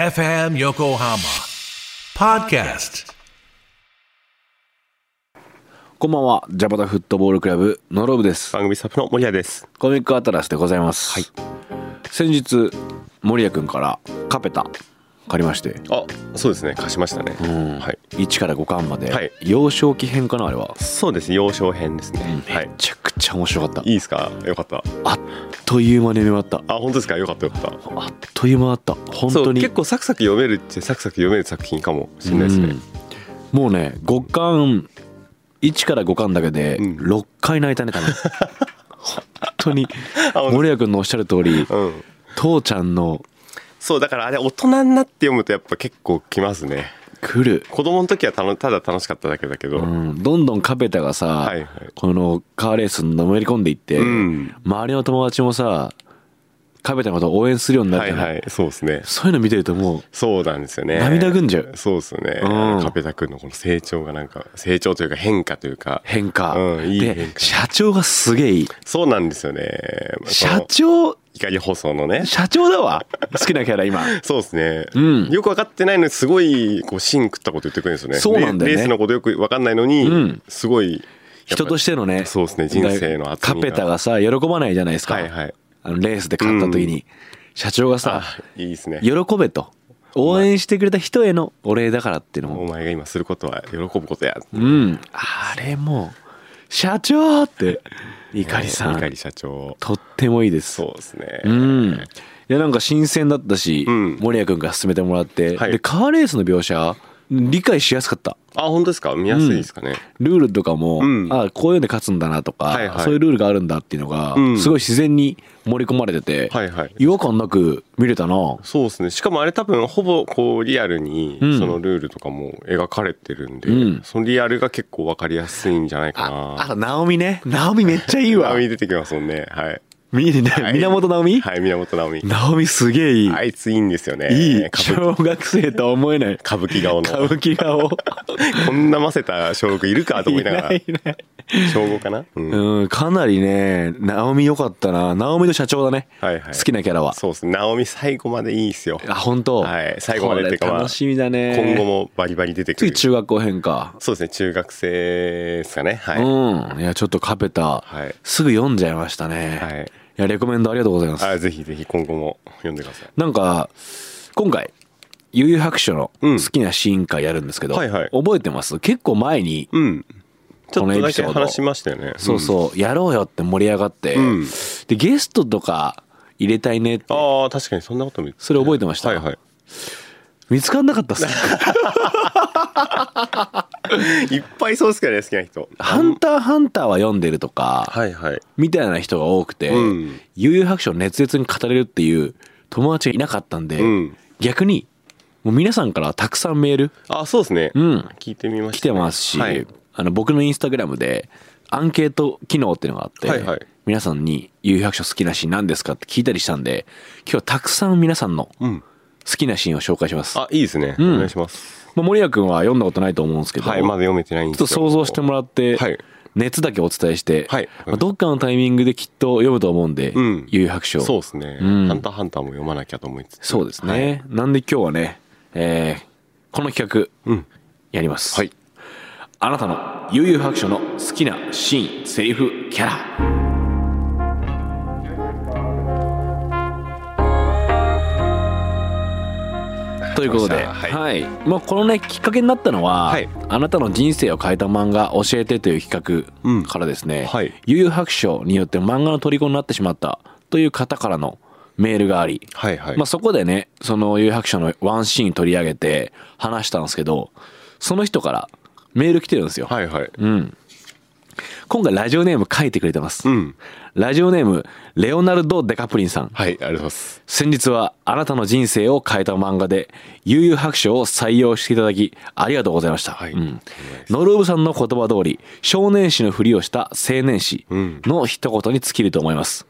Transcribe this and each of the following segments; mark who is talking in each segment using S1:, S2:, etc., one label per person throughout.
S1: FM Yokohama Podcast.
S2: こんばんは、ジャパタフットボールクラブのロブです。
S3: 番組スタッフの森谷です。
S2: コミックアトラスでございます。先日、森谷くんからカペタ借りまして、
S3: あ、そうですね。貸しましたね。はい。
S2: 1から5巻まで、
S3: はい
S2: 幼少期編かな、あれは。
S3: そうです。幼少編ですね。は
S2: め
S3: い。
S2: ちゃくちゃ面白かった。
S3: いいですか。よかった。
S2: あっという間に読み終わっ
S3: あ、本当ですか。よかった。よかった。
S2: た。あっという間だった。本
S3: そ
S2: 当
S3: う
S2: に。
S3: 結構サクサク読めるってサクサク読める作品かもしれないですね。
S2: うんもうね、5巻、1から5巻だけで、
S3: うん
S2: 6回泣いたね、多 分。本当に
S3: 当
S2: 森谷くんのおっしゃる通り
S3: うん。
S2: 父ちゃんの
S3: そうだからあれ大人になって読むとやっぱ結構きますね。
S2: 来る
S3: 子供の時はたのただ楽しかっただけだけど、
S2: うん、どんどんカペタがさ、
S3: はいはい
S2: このカーレースにのめり込んでいって、
S3: うん
S2: 周りの友達もさカペタのことを応援するようになっ
S3: は
S2: て、
S3: いはい。そうですね。
S2: そういうの見てるともう
S3: そうなんですよね。
S2: 涙ぐんじゃう
S3: そうですよね。
S2: うん
S3: カペタ君のこの成長がなんか成長というか変化というか。
S2: 変化、
S3: うんいい
S2: で
S3: 変化
S2: 社長がすげえいい
S3: そうなんですよね。
S2: 社
S3: この
S2: 長
S3: 光放送のね。
S2: 社長だわ好きなキャラ今
S3: そうですね、
S2: うん
S3: よく分かってないのにすごいこう芯食ったこと言ってくるんですよね
S2: そうなんだよね
S3: レレースのことよく分かんないのに、
S2: うん
S3: すごい
S2: 人としてのね
S3: そうですね人生の厚
S2: カ
S3: み
S2: ペタがさ喜ばないじゃないですか、
S3: はいはい
S2: あのレースで勝った時に、社長がさ
S3: あいいですね
S2: 喜べと応援してくれた人へのお礼だからっていうのも
S3: お前が今することは喜ぶことや
S2: うん。あれもう、社長って、怒りさ
S3: 碇
S2: ん、
S3: 社長
S2: とってもいいです。
S3: そうですね、
S2: うん。いや、なんか新鮮だったし、
S3: うん
S2: 森谷くんから勧めてもらって、
S3: はい
S2: で、カーレースの描写、理解しやすかった。
S3: あ本当ですか見やすいですかね、
S2: ルールとかも、
S3: うん
S2: あこういうので勝つんだなとか、
S3: はいはい
S2: そういうルールがあるんだっていうのが、
S3: うん
S2: すごい自然に盛り込まれてて、
S3: はいはい
S2: 違和感なく見れたな。
S3: そうですねしかもあれ多分ほぼこうリアルに
S2: うん
S3: そのルールとかも描かれてるんで、
S2: うん
S3: そのリアルが結構分かりやすいんじゃないか
S2: あ
S3: な、
S2: あと、ナオミね。ナオミめっちゃい いわ。
S3: 直美出てきますもんねはい
S2: み、源ナオミ
S3: はい源直美
S2: ナオミすげえいい。
S3: あいついいんですよね。
S2: いい
S3: 歌舞
S2: 小学生とは思えない
S3: 歌舞伎顔
S2: 歌
S3: の
S2: 舞。伎顔
S3: こんなませた小6いるかと思いなが
S2: い
S3: ら。
S2: ないいない
S3: 小5かなうん。は
S2: うんかなりね直美良かったな直美の社長だね、
S3: いはい。
S2: 好きなキャラは
S3: そうですね。直美最後までいいっすよ。
S2: あ本当
S3: はい最後までっていう
S2: こ
S3: か
S2: れ
S3: まあ
S2: 楽しみだね
S3: 今後もバリバリ出てく
S2: 次
S3: る。
S2: 中学校編か、
S3: そうですね。中学生ですかね。はい。
S2: うんいやちょっとカペタ、
S3: はい
S2: すぐ読んじゃいましたね、、
S3: はいい。
S2: やレコメンドありがとうございます
S3: あぜひぜひ今後も読んでください。
S2: なんか今回悠々白書の好きなシーン会やるんですけど、
S3: うんはいはい
S2: 覚えてます結構前に
S3: うん。ちょっと
S2: このエ
S3: だ
S2: ピソ
S3: け
S2: ード
S3: 話しましたよね。
S2: そう
S3: うん。
S2: そう、やろうよって盛り上がって、
S3: ん
S2: で、ゲストとか入れたいねって、
S3: ああ、確かにそんなことも言って
S2: それ覚えてました
S3: はいはい。
S2: 見つかんなかったっす。
S3: いっぱいそうですからね、好きな人。
S2: ハンターハンターは読んでるとか、
S3: はいはい。
S2: みたいな人が多くて
S3: うん、
S2: 悠々白書を熱烈に語れるっていう友達がいなかったんで
S3: うん、
S2: 逆に、もう皆さんからたくさんメール
S3: あそうですね。
S2: うん
S3: 聞いてみまし
S2: 来
S3: たね。
S2: てますし、
S3: はい
S2: あの僕のインスタグラムでアンケート機能っていうのがあって、
S3: はいはい
S2: 皆さんに「有百書好きなシーン何ですか?」って聞いたりしたんで今日はたくさん皆さんの
S3: うん。
S2: 好きなシーンを紹介します、
S3: あ、いいですね。
S2: ん
S3: お願いします。
S2: まあ、森谷君は読んだことないと思うんですけど、
S3: はい、まだ読めてないんで
S2: ちょっと
S3: すけど
S2: 想像してもらって、
S3: はい
S2: 熱だけお伝えして、
S3: はい
S2: まあどっかのタイミングできっと読むと思うんで
S3: う
S2: 「
S3: ん
S2: 有、白書」
S3: そうですね。
S2: うん
S3: ハンターハンターも読まなきゃと思いつつ。
S2: そうですね、なんで今日はね、えーこの企画、
S3: うん
S2: やります、
S3: はい。
S2: あなたの悠々白書の好きなシーンセリフキャラということで、
S3: は
S2: はいいまあ、このねきっかけになったのは、
S3: はい
S2: あなたの人生を変えた漫画教えてという企
S3: うん
S2: 画からですね、
S3: はい
S2: 悠々白書によって漫画の虜になってしまったという方からのメールがあり、
S3: はいはい。
S2: まあ、そこでねその有白書のワンシーン取り上げて話したんですけどその人からメール来てるんですよ、
S3: はいはい。
S2: うん今回ラジオネーム書いてくれてます、
S3: うん。
S2: ラジオネームレオナルド・デカプリンさん
S3: はい、ありがとうございます。
S2: 先日はあなたの人生を変えた漫画で悠々白書を採用していただきありがとうございました、
S3: はい
S2: うん、ノルウブさんの言葉通り少年誌のふりをした青年誌の一言に尽きると思います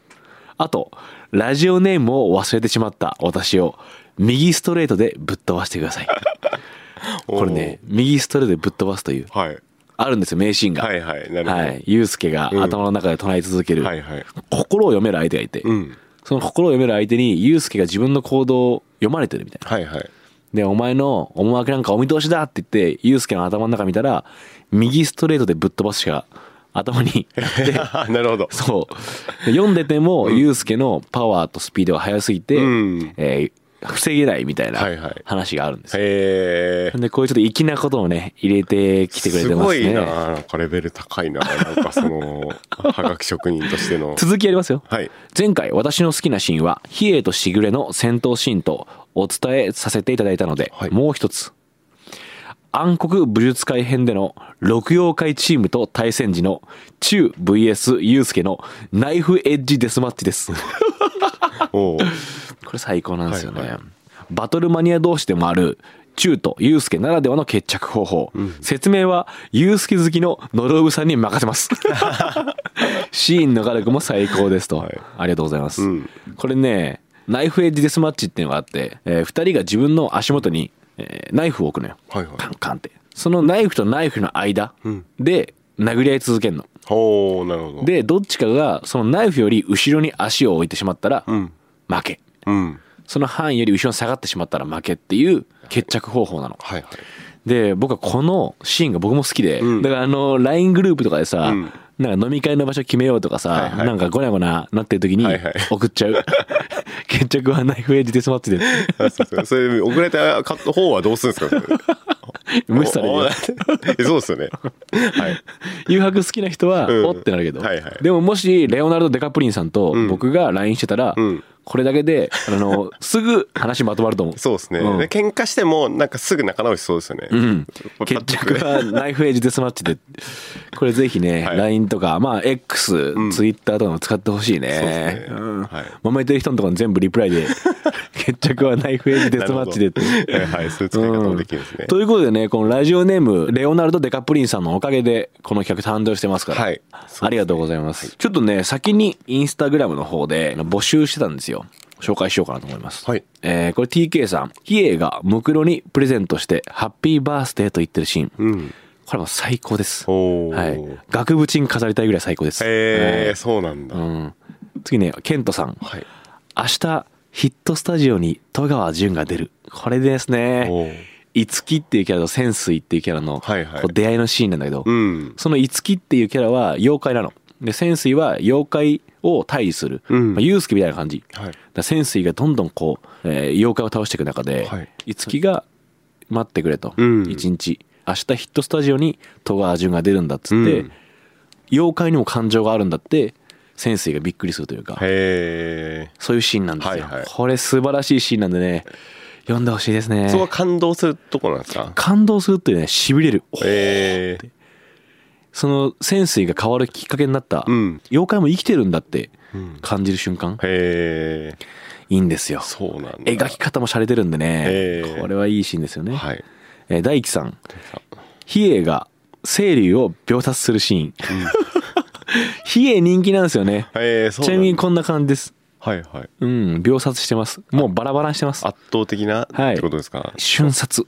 S2: あとラジオネームを忘れてしまった私を右ストレートでぶっ飛ばしてくだ さいこれね右ストレートでぶっ飛ばすという
S3: おー。はい。
S2: あるんですよ名シーンが
S3: はいはいなるほど
S2: はい、ユースケが頭の中で唱え続ける、
S3: はいはい。
S2: 心を読める相手がいて、
S3: うん。
S2: その心を読める相手に、ユうスケが自分の行動を読まれてるみたいな。
S3: はいはい。
S2: で、お前の思惑なんかお見通しだって言って、ユうスケの頭の中見たら、右ストレートでぶっ飛ばすしか頭 に
S3: なるほど。
S2: そう。で読んでても、ユうスケのパワーとスピードが速すぎて、
S3: うん
S2: えー防げないみたいな
S3: はいはい
S2: 話があるんですよ。
S3: へえ。
S2: で、こういうちょっと粋なことをね、入れてきてくれてますね。
S3: ごいな。なんかレベル高いな。なんかそ の、はがき職人としての。
S2: 続きやりますよ。
S3: はい。
S2: 前回私の好きなシーンは、比叡としぐれの戦闘シーンとお伝えさせていただいたので、
S3: はい
S2: もう一つ。暗黒武術会編での六妖怪チームと対戦時の中 VS ユースケのナイフエッジデスマッチです。
S3: おう
S2: これ最高なんですよね。
S3: はいはい
S2: バトルマニア同士でもある中とユースケならではの決着方法。説明はユースケ好きのノロウさんに任せ ます。シーンの画力も最高ですと。
S3: はい
S2: ありがとうございます。
S3: うん
S2: これね、ナイフエッジデスマッチっていうのがあって、え2人が自分の足元に、えーナイフを置くのよ。
S3: はいはい
S2: カンカンって。そのナイフとナイフの間で殴り合い続けるの。
S3: ほう、なるほど。、
S2: で、どっちかがそのナイフより後ろに足を置いてしまったら、負
S3: ん
S2: け。
S3: うん。
S2: その範囲より後ろに下がってしまったら負けっていう決着方法なの。
S3: はいはい。
S2: で、僕はこのシーンが僕も好きで、だからあの、LINE グループとかでさ、
S3: ん
S2: なんか飲み会の場所決めようとかさ、
S3: はいはい
S2: なんかごにゃごにゃなってる時に
S3: はいはい
S2: 送っちゃう。 決着はナイフエッジデスマッチ で。
S3: あそうそうそれ、遅れたカット方はどうするんですかそれ
S2: 無視される
S3: おお
S2: よ
S3: だ。ってそうですよね。はい。
S2: 誘白好きな人は、
S3: うん
S2: おってなるけど、
S3: はいはい
S2: でももしレオナルド・デカプリンさんと僕が LINE してたら、
S3: ん
S2: これだけで、あの、すぐ話まとまると思う。
S3: そうですね。
S2: うん
S3: で喧嘩しても、なんかすぐ仲直しそうですよね。う
S2: うん、決着は ナイフエッジデスマッチでこれぜひね、
S3: はい
S2: LINE とか、まあ、X、Twitter とかも使ってほしいね
S3: そうですね
S2: うん
S3: はい
S2: 揉めてる人のところに全部リプライ で決着はナイフエッジデスマッチでって
S3: はいはい、そういう使い方
S2: う
S3: も
S2: ん
S3: できるんですね。
S2: ということでねこのラジオネームレオナルド・デカプリンさんのおかげでこの企画誕生してますから、
S3: はい
S2: ありがとうございます、ちょっとね先にインスタグラムの方で募集してたんですよ紹介しようかなと思います、
S3: はい
S2: えーこれ TK さん比叡がムクロにプレゼントしてハッピーバースデーと言ってるシーン、
S3: うん。
S2: これも最高です。
S3: おー
S2: はい。額縁に飾りたいぐらい最高です。
S3: へえ、そうなんだ。
S2: う
S3: は
S2: ん。次ね、ケントさん。
S3: い。
S2: 明日、ヒットスタジオに戸川淳が出る。これです
S3: お
S2: ね。
S3: ー
S2: いつきっていうキャラと潜水っていうキャラの
S3: はいはい
S2: こう出会いのシーンなんだけど、
S3: うん。
S2: そのいつきっていうキャラは妖怪なの。で、潜水は妖怪を退治する。
S3: うん
S2: まあ、ユースケみたいな感じ。
S3: はい
S2: だから潜水がどんどんこう、えー妖怪を倒していく中で、
S3: はい
S2: いつきが待ってくれと。一、
S3: うん
S2: 日。明日ヒットスタジオに戸川淳が出るんだっつって、
S3: うん
S2: 妖怪にも感情があるんだって、潜水がびっくりするというか、
S3: へえ。
S2: そういうシーンなんですよ、
S3: はいはい
S2: これ素晴らしいシーンなんでね、読んでほしいですね
S3: そ。こは感動するとこなんですか
S2: 感動するっていうね、痺れる。
S3: へえ。
S2: その潜水が変わるきっかけになった、
S3: うん
S2: 妖怪も生きてるんだって
S3: ん
S2: 感じる瞬間、
S3: へえ。
S2: いいんですよ。
S3: そうなんだ。
S2: 描き方も洒落てるんでね
S3: へ、ー
S2: これはいいシーンですよね。
S3: はい。
S2: えー大樹さん、比叡が青龍を秒殺するシーン。 比叡人気なんですよね。
S3: へえ、そう
S2: ちな
S3: な
S2: み
S3: ん
S2: に
S3: だ。
S2: こんな感じです。
S3: はいはい。
S2: うん、秒殺してます。もうバラバラにしてます。
S3: 圧倒的なっ
S2: はい
S3: てことですか
S2: 瞬殺。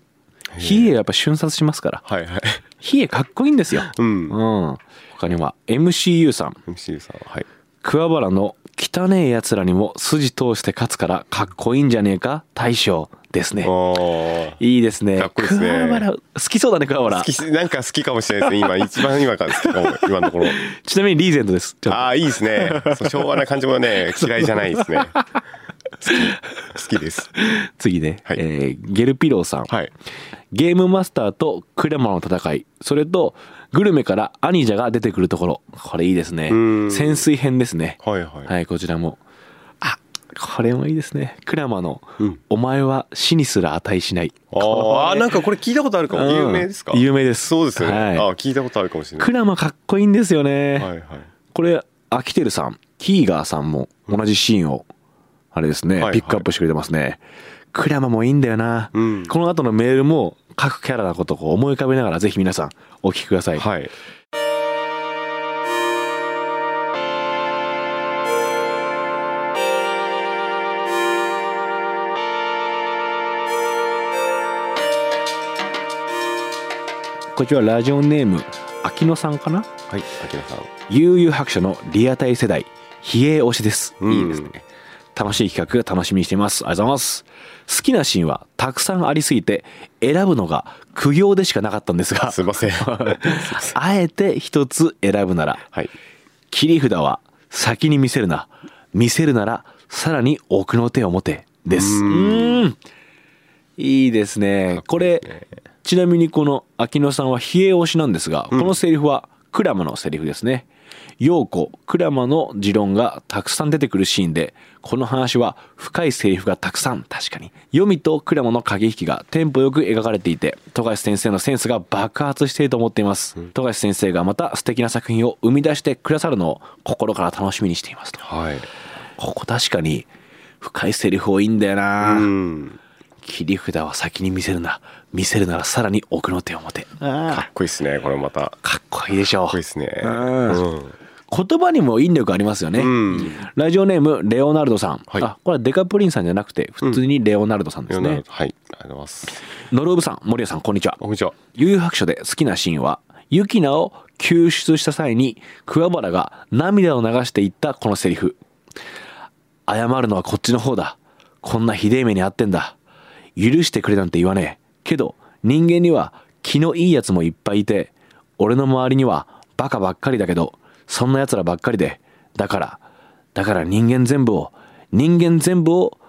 S2: 比叡はやっぱ瞬殺しますから。
S3: はいはい。
S2: 比叡かっこいいんですよ。
S3: うん。
S2: うん。他には MCU さん。
S3: MC さんは、はい。
S2: 桑原の汚え奴らにも筋通して勝つからかっこいいんじゃねえか大将ですね。
S3: ああ。
S2: いいですね。
S3: かっこいいですね
S2: 桑原、好きそうだね、桑原
S3: 好。きなんか好きかもしれないですね今一番今から好きかも今のところ
S2: ちなみにリーゼントです。ちょっと
S3: ああいいで すねそう昭和な感じもね嫌いじゃないですね好き好きです
S2: 次ね、
S3: はい
S2: えーゲルピローさん、
S3: はい
S2: ゲームマスターとクレマの戦い、それとグルメからアニジャが出てくるところ。これいいですね
S3: う。ん
S2: 潜水編ですね。
S3: はいはい
S2: はい、こちらも。あ、これもいいですね。クラマの、
S3: うん
S2: お前は死にすら値しない。
S3: ああなんかこれ聞いたことあるかも
S2: うん
S3: 有名ですか
S2: 有名です
S3: そうですよね
S2: はい
S3: ああ聞いたことあるかもしれない
S2: クラマかっこいいんですよね。
S3: はいはい
S2: これ、アキテルさん、キーガーさんも同じシーンを、あれですね、
S3: いはい
S2: ピックアップしてくれてますね。クラマもいいんだよな。
S3: うん
S2: この後のメールも、各キャラのことをこう思い浮かべながら、ぜひ皆さん、お聞きください。
S3: はい
S2: こちらラジオネーム、秋野さんかな
S3: はい明菜さん
S2: 悠々白書のリアタイ世代、比叡推しです。
S3: うん
S2: いいですね。楽しい企画楽しみにしています。ありがとうございます。好きなシーンはたくさんありすぎて、選ぶのが苦行でしかなかったんですが、
S3: すい ません
S2: あえて一つ選ぶなら、
S3: はい
S2: 切り札は先に見せるな見せるならさらに奥の手を持てですうーんいいですねこれちなみにこの秋野さんは冷え推しなんですが、このセリフはクラマのセリフですね陽子クラマの持論がたくさん出てくるシーンでこの話は深いセリフがたくさん確かに読みとクラマの駆け引きがテンポよく描かれていて富樫先生のセンスが爆発していると思っています、富樫先生がまた素敵な作品を生み出してくださるのを心から楽しみにしていますと
S3: はい
S2: ここ確かに深いセリフ多いんだよな、
S3: うん
S2: 切り札は先に見せるな見せるならさらに奥の手を持て
S3: かっこいいですねこれまたかっ
S2: かっこいいでしょ
S3: こいいですね
S2: うん
S3: うん
S2: 言葉にも引力ありますよね、
S3: ん
S2: ラジオネームレオナルドさん、
S3: はい
S2: あこれはデカプリンさんじゃなくて普通にレオナルドさんです
S3: なるほ
S2: ね
S3: ど、はいありがとうございます
S2: ノロブさん森谷さんこんにちは
S3: こんにちは
S2: 悠々白書で好きなシーンはユキナを救出した際に桑原が涙を流していったこのセリフ謝るのはこっちの方だこんなひでえ目に遭ってんだ許してくれなんて言わねえけど人間には気のいいやつもいっぱいいて俺の周りにはバカばっかりだけどそんなやつらばっかりでだからだから人間全部を人間全部を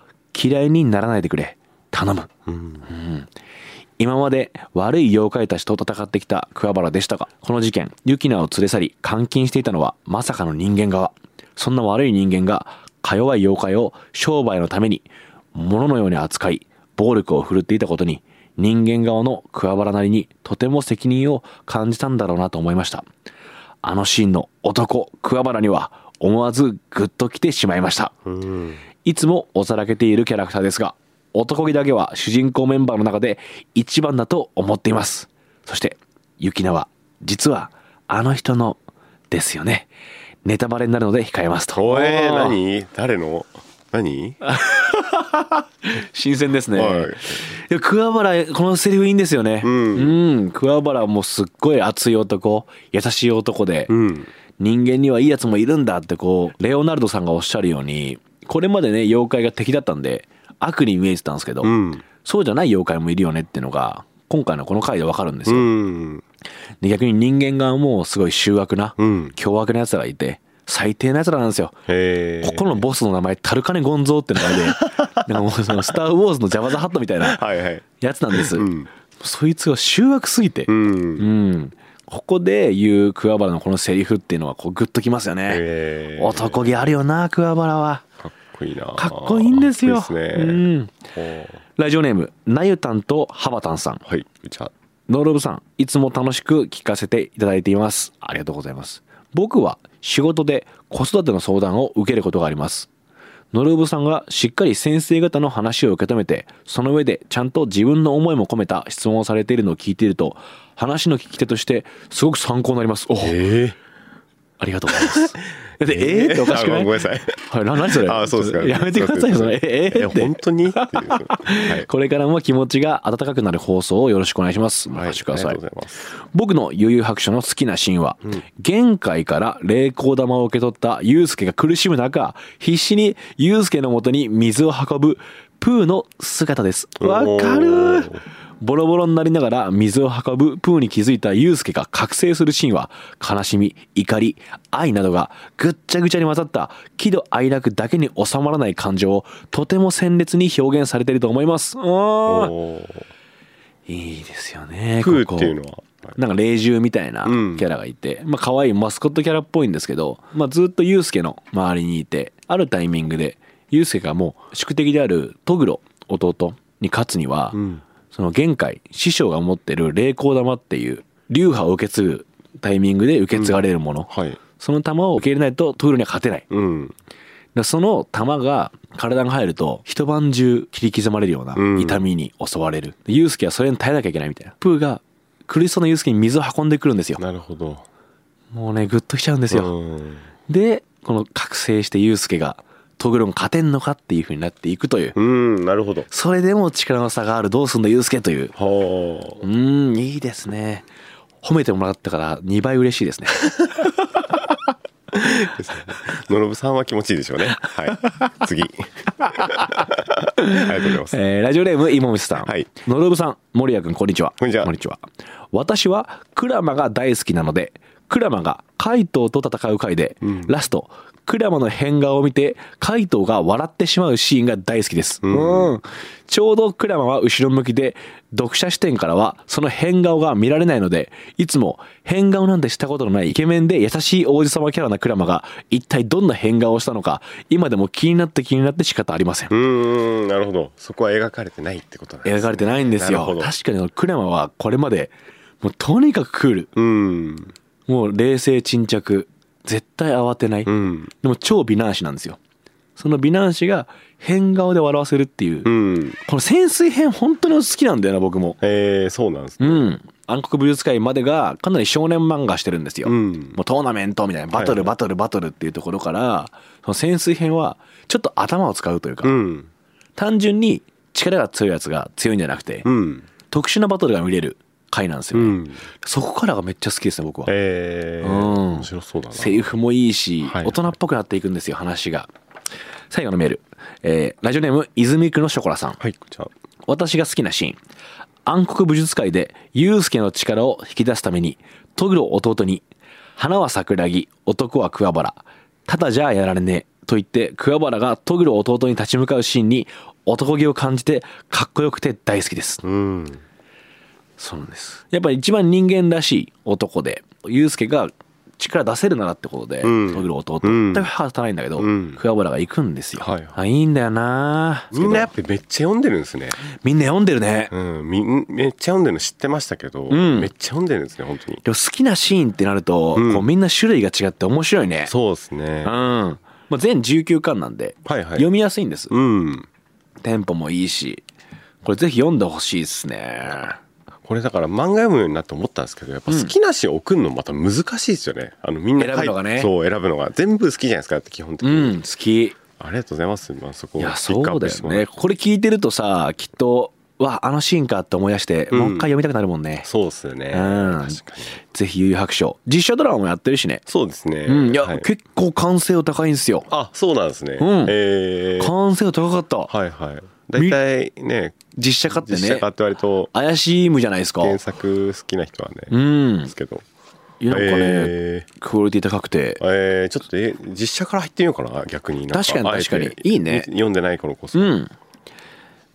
S2: 嫌いにならないでくれ頼む今まで悪い妖怪たちと戦ってきた桑原でしたがこの事件ユキナを連れ去り監禁していたのはまさかの人間側そんな悪い人間がか弱い妖怪を商売のために物のように扱い暴力を振るっていたことに人間側の桑原なりにとても責任を感じたんだろうなと思いましたあのシーンの男桑原には思わずグッと来てしまいましたいつもおさらけているキャラクターですが、男気だけは主人公メンバーの中で一番だと思っています。そして、ゆきなは、実は、あの人の、ですよね。ネタバレになるので控えますと。
S3: おえー何誰の何
S2: 新鮮ですね。
S3: はい
S2: いや、桑原、このセリフいいんですよね。うん。桑原もすっごい熱い男、優しい男で、
S3: ん
S2: 人間にはいいやつもいるんだってこう、レオナルドさんがおっしゃるように、これまでね、妖怪が敵だったんで、悪に見えてたんですけど、
S3: うん
S2: そうじゃない妖怪もいるよねっていうのが、今回のこの回でわかるんです
S3: う
S2: よ。
S3: ん
S2: で逆に人間側もすごい醜悪な、
S3: うん
S2: 凶悪な奴らがいて、最低な奴らなんですよ。
S3: へえ
S2: ここのボスの名前、タルカネ・ゴンゾーってのが いて、なんかもうそのスター・ウォーズのジャバザ・ハットみたいな
S3: はいはい
S2: やつなんです。
S3: ん
S2: そいつが醜悪すぎて、
S3: う
S2: うん
S3: ん
S2: ここで言う桑原のこのセリフっていうのはこうグッときますよね。
S3: へえ
S2: 男気あるよな、桑原は。
S3: かっこいいな
S2: かっこいいんですよ。
S3: かっこいいです
S2: う
S3: ね
S2: ん。ラジオネーム、なゆたんとはばたんさん。
S3: はいじゃあ
S2: ノーロブさん、いつも楽しく聞かせていただいています。ありがとうございます。僕は仕事で子育ての相談を受けることがあります。ノルブさんがしっかり先生方の話を受け止めて、その上でちゃんと自分の思いも込めた質問をされているのを聞いていると、話の聞き手としてすごく参考になります。お
S3: ええ
S2: ありがとうござい ます。だって、えーっておかしくな
S3: あ
S2: い
S3: ごめんなさい
S2: はい、な何それ
S3: あそうですか
S2: やめてくださいよ、その、ええーって
S3: 本。当にっ ていうはい
S2: これからも気持ちが温かくなる放送をよろしくお願いします。お
S3: はい
S2: 任せくだ
S3: あ
S2: さ
S3: り
S2: い
S3: がと。うございます
S2: 僕の悠々白書の好きなシーンは、玄界から霊光玉を受け取ったユウスケが苦しむ中、必死にユウスケのもとに水を運ぶプーの姿です。わか
S3: お
S2: る
S3: ー
S2: ボロボロになりながら水を運ぶプーに気づいたユウスケが覚醒するシーンは、悲しみ、怒り、愛などがぐっちゃぐちゃに混ざった喜怒哀楽だけに収まらない感情をとても鮮烈に表現されていると思います。うーん
S3: おー
S2: いいですよね。
S3: プ
S2: ここ
S3: ーっていうのは
S2: なんか霊獣みたいなキ
S3: うん
S2: ャラがいて、まあ可愛いマスコットキャラっぽいんですけど、まあずっとユースケの周りにいて、あるタイミングで、ユースケがもう宿敵であるトグロ、弟に勝つには、その玄海、師匠が持ってる霊光玉っていう、流派を受け継ぐタイミングで受け継がれるもの、
S3: はい
S2: その玉を受け入れないとトグロには勝てない。
S3: うん
S2: でその玉が体が入ると一晩中切り刻まれるような
S3: うん
S2: 痛みに襲われる、でユースケはそれに耐えなきゃいけないみたいなプーが苦しそうなユースケに水を運んでくるんですよ
S3: なるほど
S2: もうねグッときちゃうんですよ、
S3: うん
S2: でこの覚醒してユースケがトグロに勝てんのかっていう風になっていくという、
S3: うんなるほど
S2: それでも力の差があるどうすんだユースケという
S3: は
S2: うーんいいですね褒めてもらったから2倍嬉しいですね
S3: ですねのろぶさんは気持ちいいでしょうね。 はい。次。ありがとうございます。
S2: えーラジオネーム今虫さん、
S3: はい
S2: のろぶさん森谷君こんにちは
S3: こんにちは
S2: 私はクラマが大好きなのでクラマが怪盗と戦う回で、ラストクラマの変顔を見て怪盗が笑ってしまうシーンが大好きです、うんちょうどクラマは後ろ向きで読者視点からはその変顔が見られないのでいつも変顔なんてしたことのないイケメンで優しい王子様キャラなクラマが一体どんな変顔をしたのか今でも気になって気になって仕方ありません
S3: うーん、なるほど。そこは描かれてないってことなんです、ね。
S2: 描かれてないんです
S3: な
S2: よ
S3: るほど。
S2: 確かにクラマはこれまでもうとにかくクール
S3: うん。
S2: もう冷静沈着絶対慌てない、
S3: うん。
S2: でも超美男子なんですよその美男子が変顔で笑わせるっていう、
S3: うん。
S2: この潜水編本当に好きなんだよな僕も
S3: えー、そうなんですね。
S2: うん暗黒武術界までがかなり少年漫画してるんですよ、
S3: うん。
S2: もうトーナメントみたいなバトル
S3: はいは
S2: バトルバトルっていうところからその潜水編はちょっと頭を使うというか、
S3: うん。
S2: 単純に力が強いやつが強いんじゃなくて、
S3: うん。
S2: 特殊なバトルが見れる回なんですよ
S3: う
S2: ね、
S3: ん。
S2: そこからがめっちゃ好きですね僕は
S3: えー、
S2: うん
S3: 面白そうだな。
S2: セリフもいいし、
S3: はい
S2: 大人っぽくなっていくんですよ話が最後のメール、えーラジオネーム泉区のショコラさん
S3: はい、こちら。
S2: 私が好きなシーン暗黒武術界でユウスケの力を引き出すためにトグロ弟に「花は桜木男は桑原ただじゃあやられねえ」と言って桑原がトグロ弟に立ち向かうシーンに男気を感じてかっこよくて大好きです
S3: うん。
S2: そうなんです。やっぱり一番人間らしい男で、ユウスケが力出せるならってことで、
S3: ん
S2: トグロ弟、
S3: うん
S2: 絶対働かないんだけど、
S3: うん
S2: 桑原が行くんですよ。
S3: はいはい
S2: あいいんだよな
S3: みんなやっぱめっちゃ読んでるんですね。
S2: みんな読んでるね。
S3: うん、みんめっちゃ読んでるの知ってましたけど、
S2: ん
S3: めっちゃ読んでるんですね、本当に。
S2: でも好きなシーンってなると、
S3: うん
S2: こうみんな種類が違って面白いね。
S3: そうです
S2: う
S3: ね。
S2: ん。まあ、全19巻なんで、
S3: はいはい。
S2: 読みやすいんです。
S3: うん。
S2: テンポもいいし。これぜひ読んでほしいですね。
S3: これだから漫画読むようになって思ったんですけどやっぱ好きな詩を送るのまた難しいですよね、あのみんな書い
S2: 選ぶのがね
S3: そう選ぶのが全部好きじゃないですかだって基本的
S2: う
S3: に、
S2: ん、好き。
S3: ありがとうございます、まあ、そこ
S2: い
S3: をピ
S2: や
S3: ックア
S2: そう
S3: ッ
S2: だ
S3: プ
S2: よ
S3: してもらっ
S2: ねこれ聞いてるとさきっとわあのシーンかって思い出して、
S3: ん
S2: もう一回読みたくなるもんね
S3: てそうですよね、
S2: うん
S3: 確かに
S2: ぜひ悠々白書実写ドラマもやってるしね
S3: そうですね、
S2: うんいや、
S3: はい
S2: 結構完成度高いんですよ
S3: あそうなんですね、
S2: うん
S3: えー、
S2: 完成度高かった、
S3: はいはい大体ね
S2: 実写化って
S3: 実写
S2: ね
S3: 化って割と
S2: 怪しいむじゃないですか
S3: 原作好きな人はね、
S2: う
S3: で
S2: ん
S3: すけど
S2: いやなんかね、
S3: えー
S2: クオリティ高くて
S3: えーちょっとえ実写から入ってみようかな逆になん
S2: 確かに
S3: あえて
S2: 確かにいいね
S3: 読んでない頃こそ、
S2: うん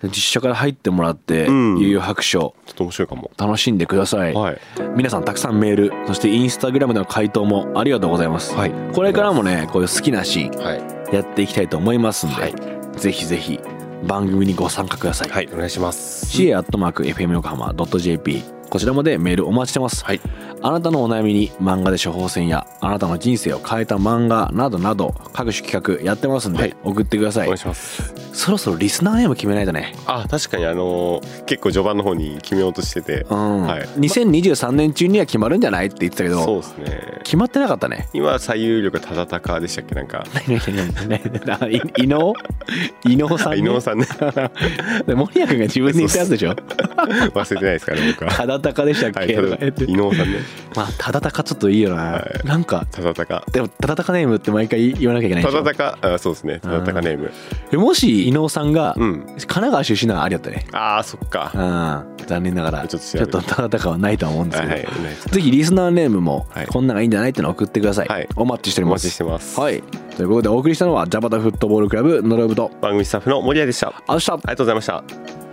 S2: 実写から入ってもらって
S3: ん
S2: 悠々、白書
S3: ちょっと面白いかも
S2: 楽しんでください、
S3: はい
S2: 皆さんたくさんメールそしてインスタグラムでの回答もありがとうございます、
S3: はい
S2: これからもねこういう好きなシーン
S3: はい
S2: やっていきたいと思いますんで、
S3: はい
S2: ぜひぜひ番組にご参加ください。
S3: はい、お願いします。
S2: ca at mark fm 横浜 .jp こちらまでメールお待ちしてます。
S3: はい
S2: あなたのお悩みに漫画で処方箋やあなたの人生を変えた漫画などなど各種企画やってますんで、
S3: はい
S2: 送ってくだ
S3: お
S2: さい
S3: 願い。します。
S2: そろそろリスナーネーム決めないとね。
S3: あ、確かにあの結構序盤の方に決めようとしてて、
S2: うん。
S3: はい。
S2: 2023年中には決まるんじゃないって言ってたけ
S3: そう
S2: ど、
S3: ですね。
S2: 決まってなかった ね。
S3: 今最有力はただたかでしたっけな んか。
S2: い伊能伊能さん、
S3: あ
S2: ね、
S3: 伊能さんね
S2: 森谷君が自分で言ったやつでしょ
S3: 忘れてないですから僕は。
S2: ただたかでしたっ
S3: は
S2: け、
S3: い、た
S2: とか
S3: だ
S2: 言って
S3: 伊能さんね。
S2: まあただたかちょっといいよな、
S3: はい
S2: なんか
S3: ただたか。
S2: でもただたかネームって毎回言わなきゃいけないで
S3: た
S2: しょ
S3: だたか、あ、そうですね。ただたかネーム。
S2: えもし伊能さんが、
S3: うん
S2: 神奈川出身ならありだったね
S3: ああ、そっか。
S2: うん残念ながら
S3: ち
S2: ち
S3: ょ
S2: ょ
S3: っと調べ
S2: っ
S3: る
S2: とただたかはないとは思うんです
S3: は
S2: け
S3: い
S2: ど、
S3: はい。
S2: ぜひリスナーネームも
S3: はい
S2: こんなのがいいんじゃないってのを送ってください、
S3: はい
S2: お待ちしてお
S3: お
S2: りま
S3: 待
S2: す
S3: ちしてます。
S2: はいということでお送りしたのはジャパタフットボールクラブのロブと
S3: 番組スタッフの森谷でした。あり
S2: あした
S3: がとうございました。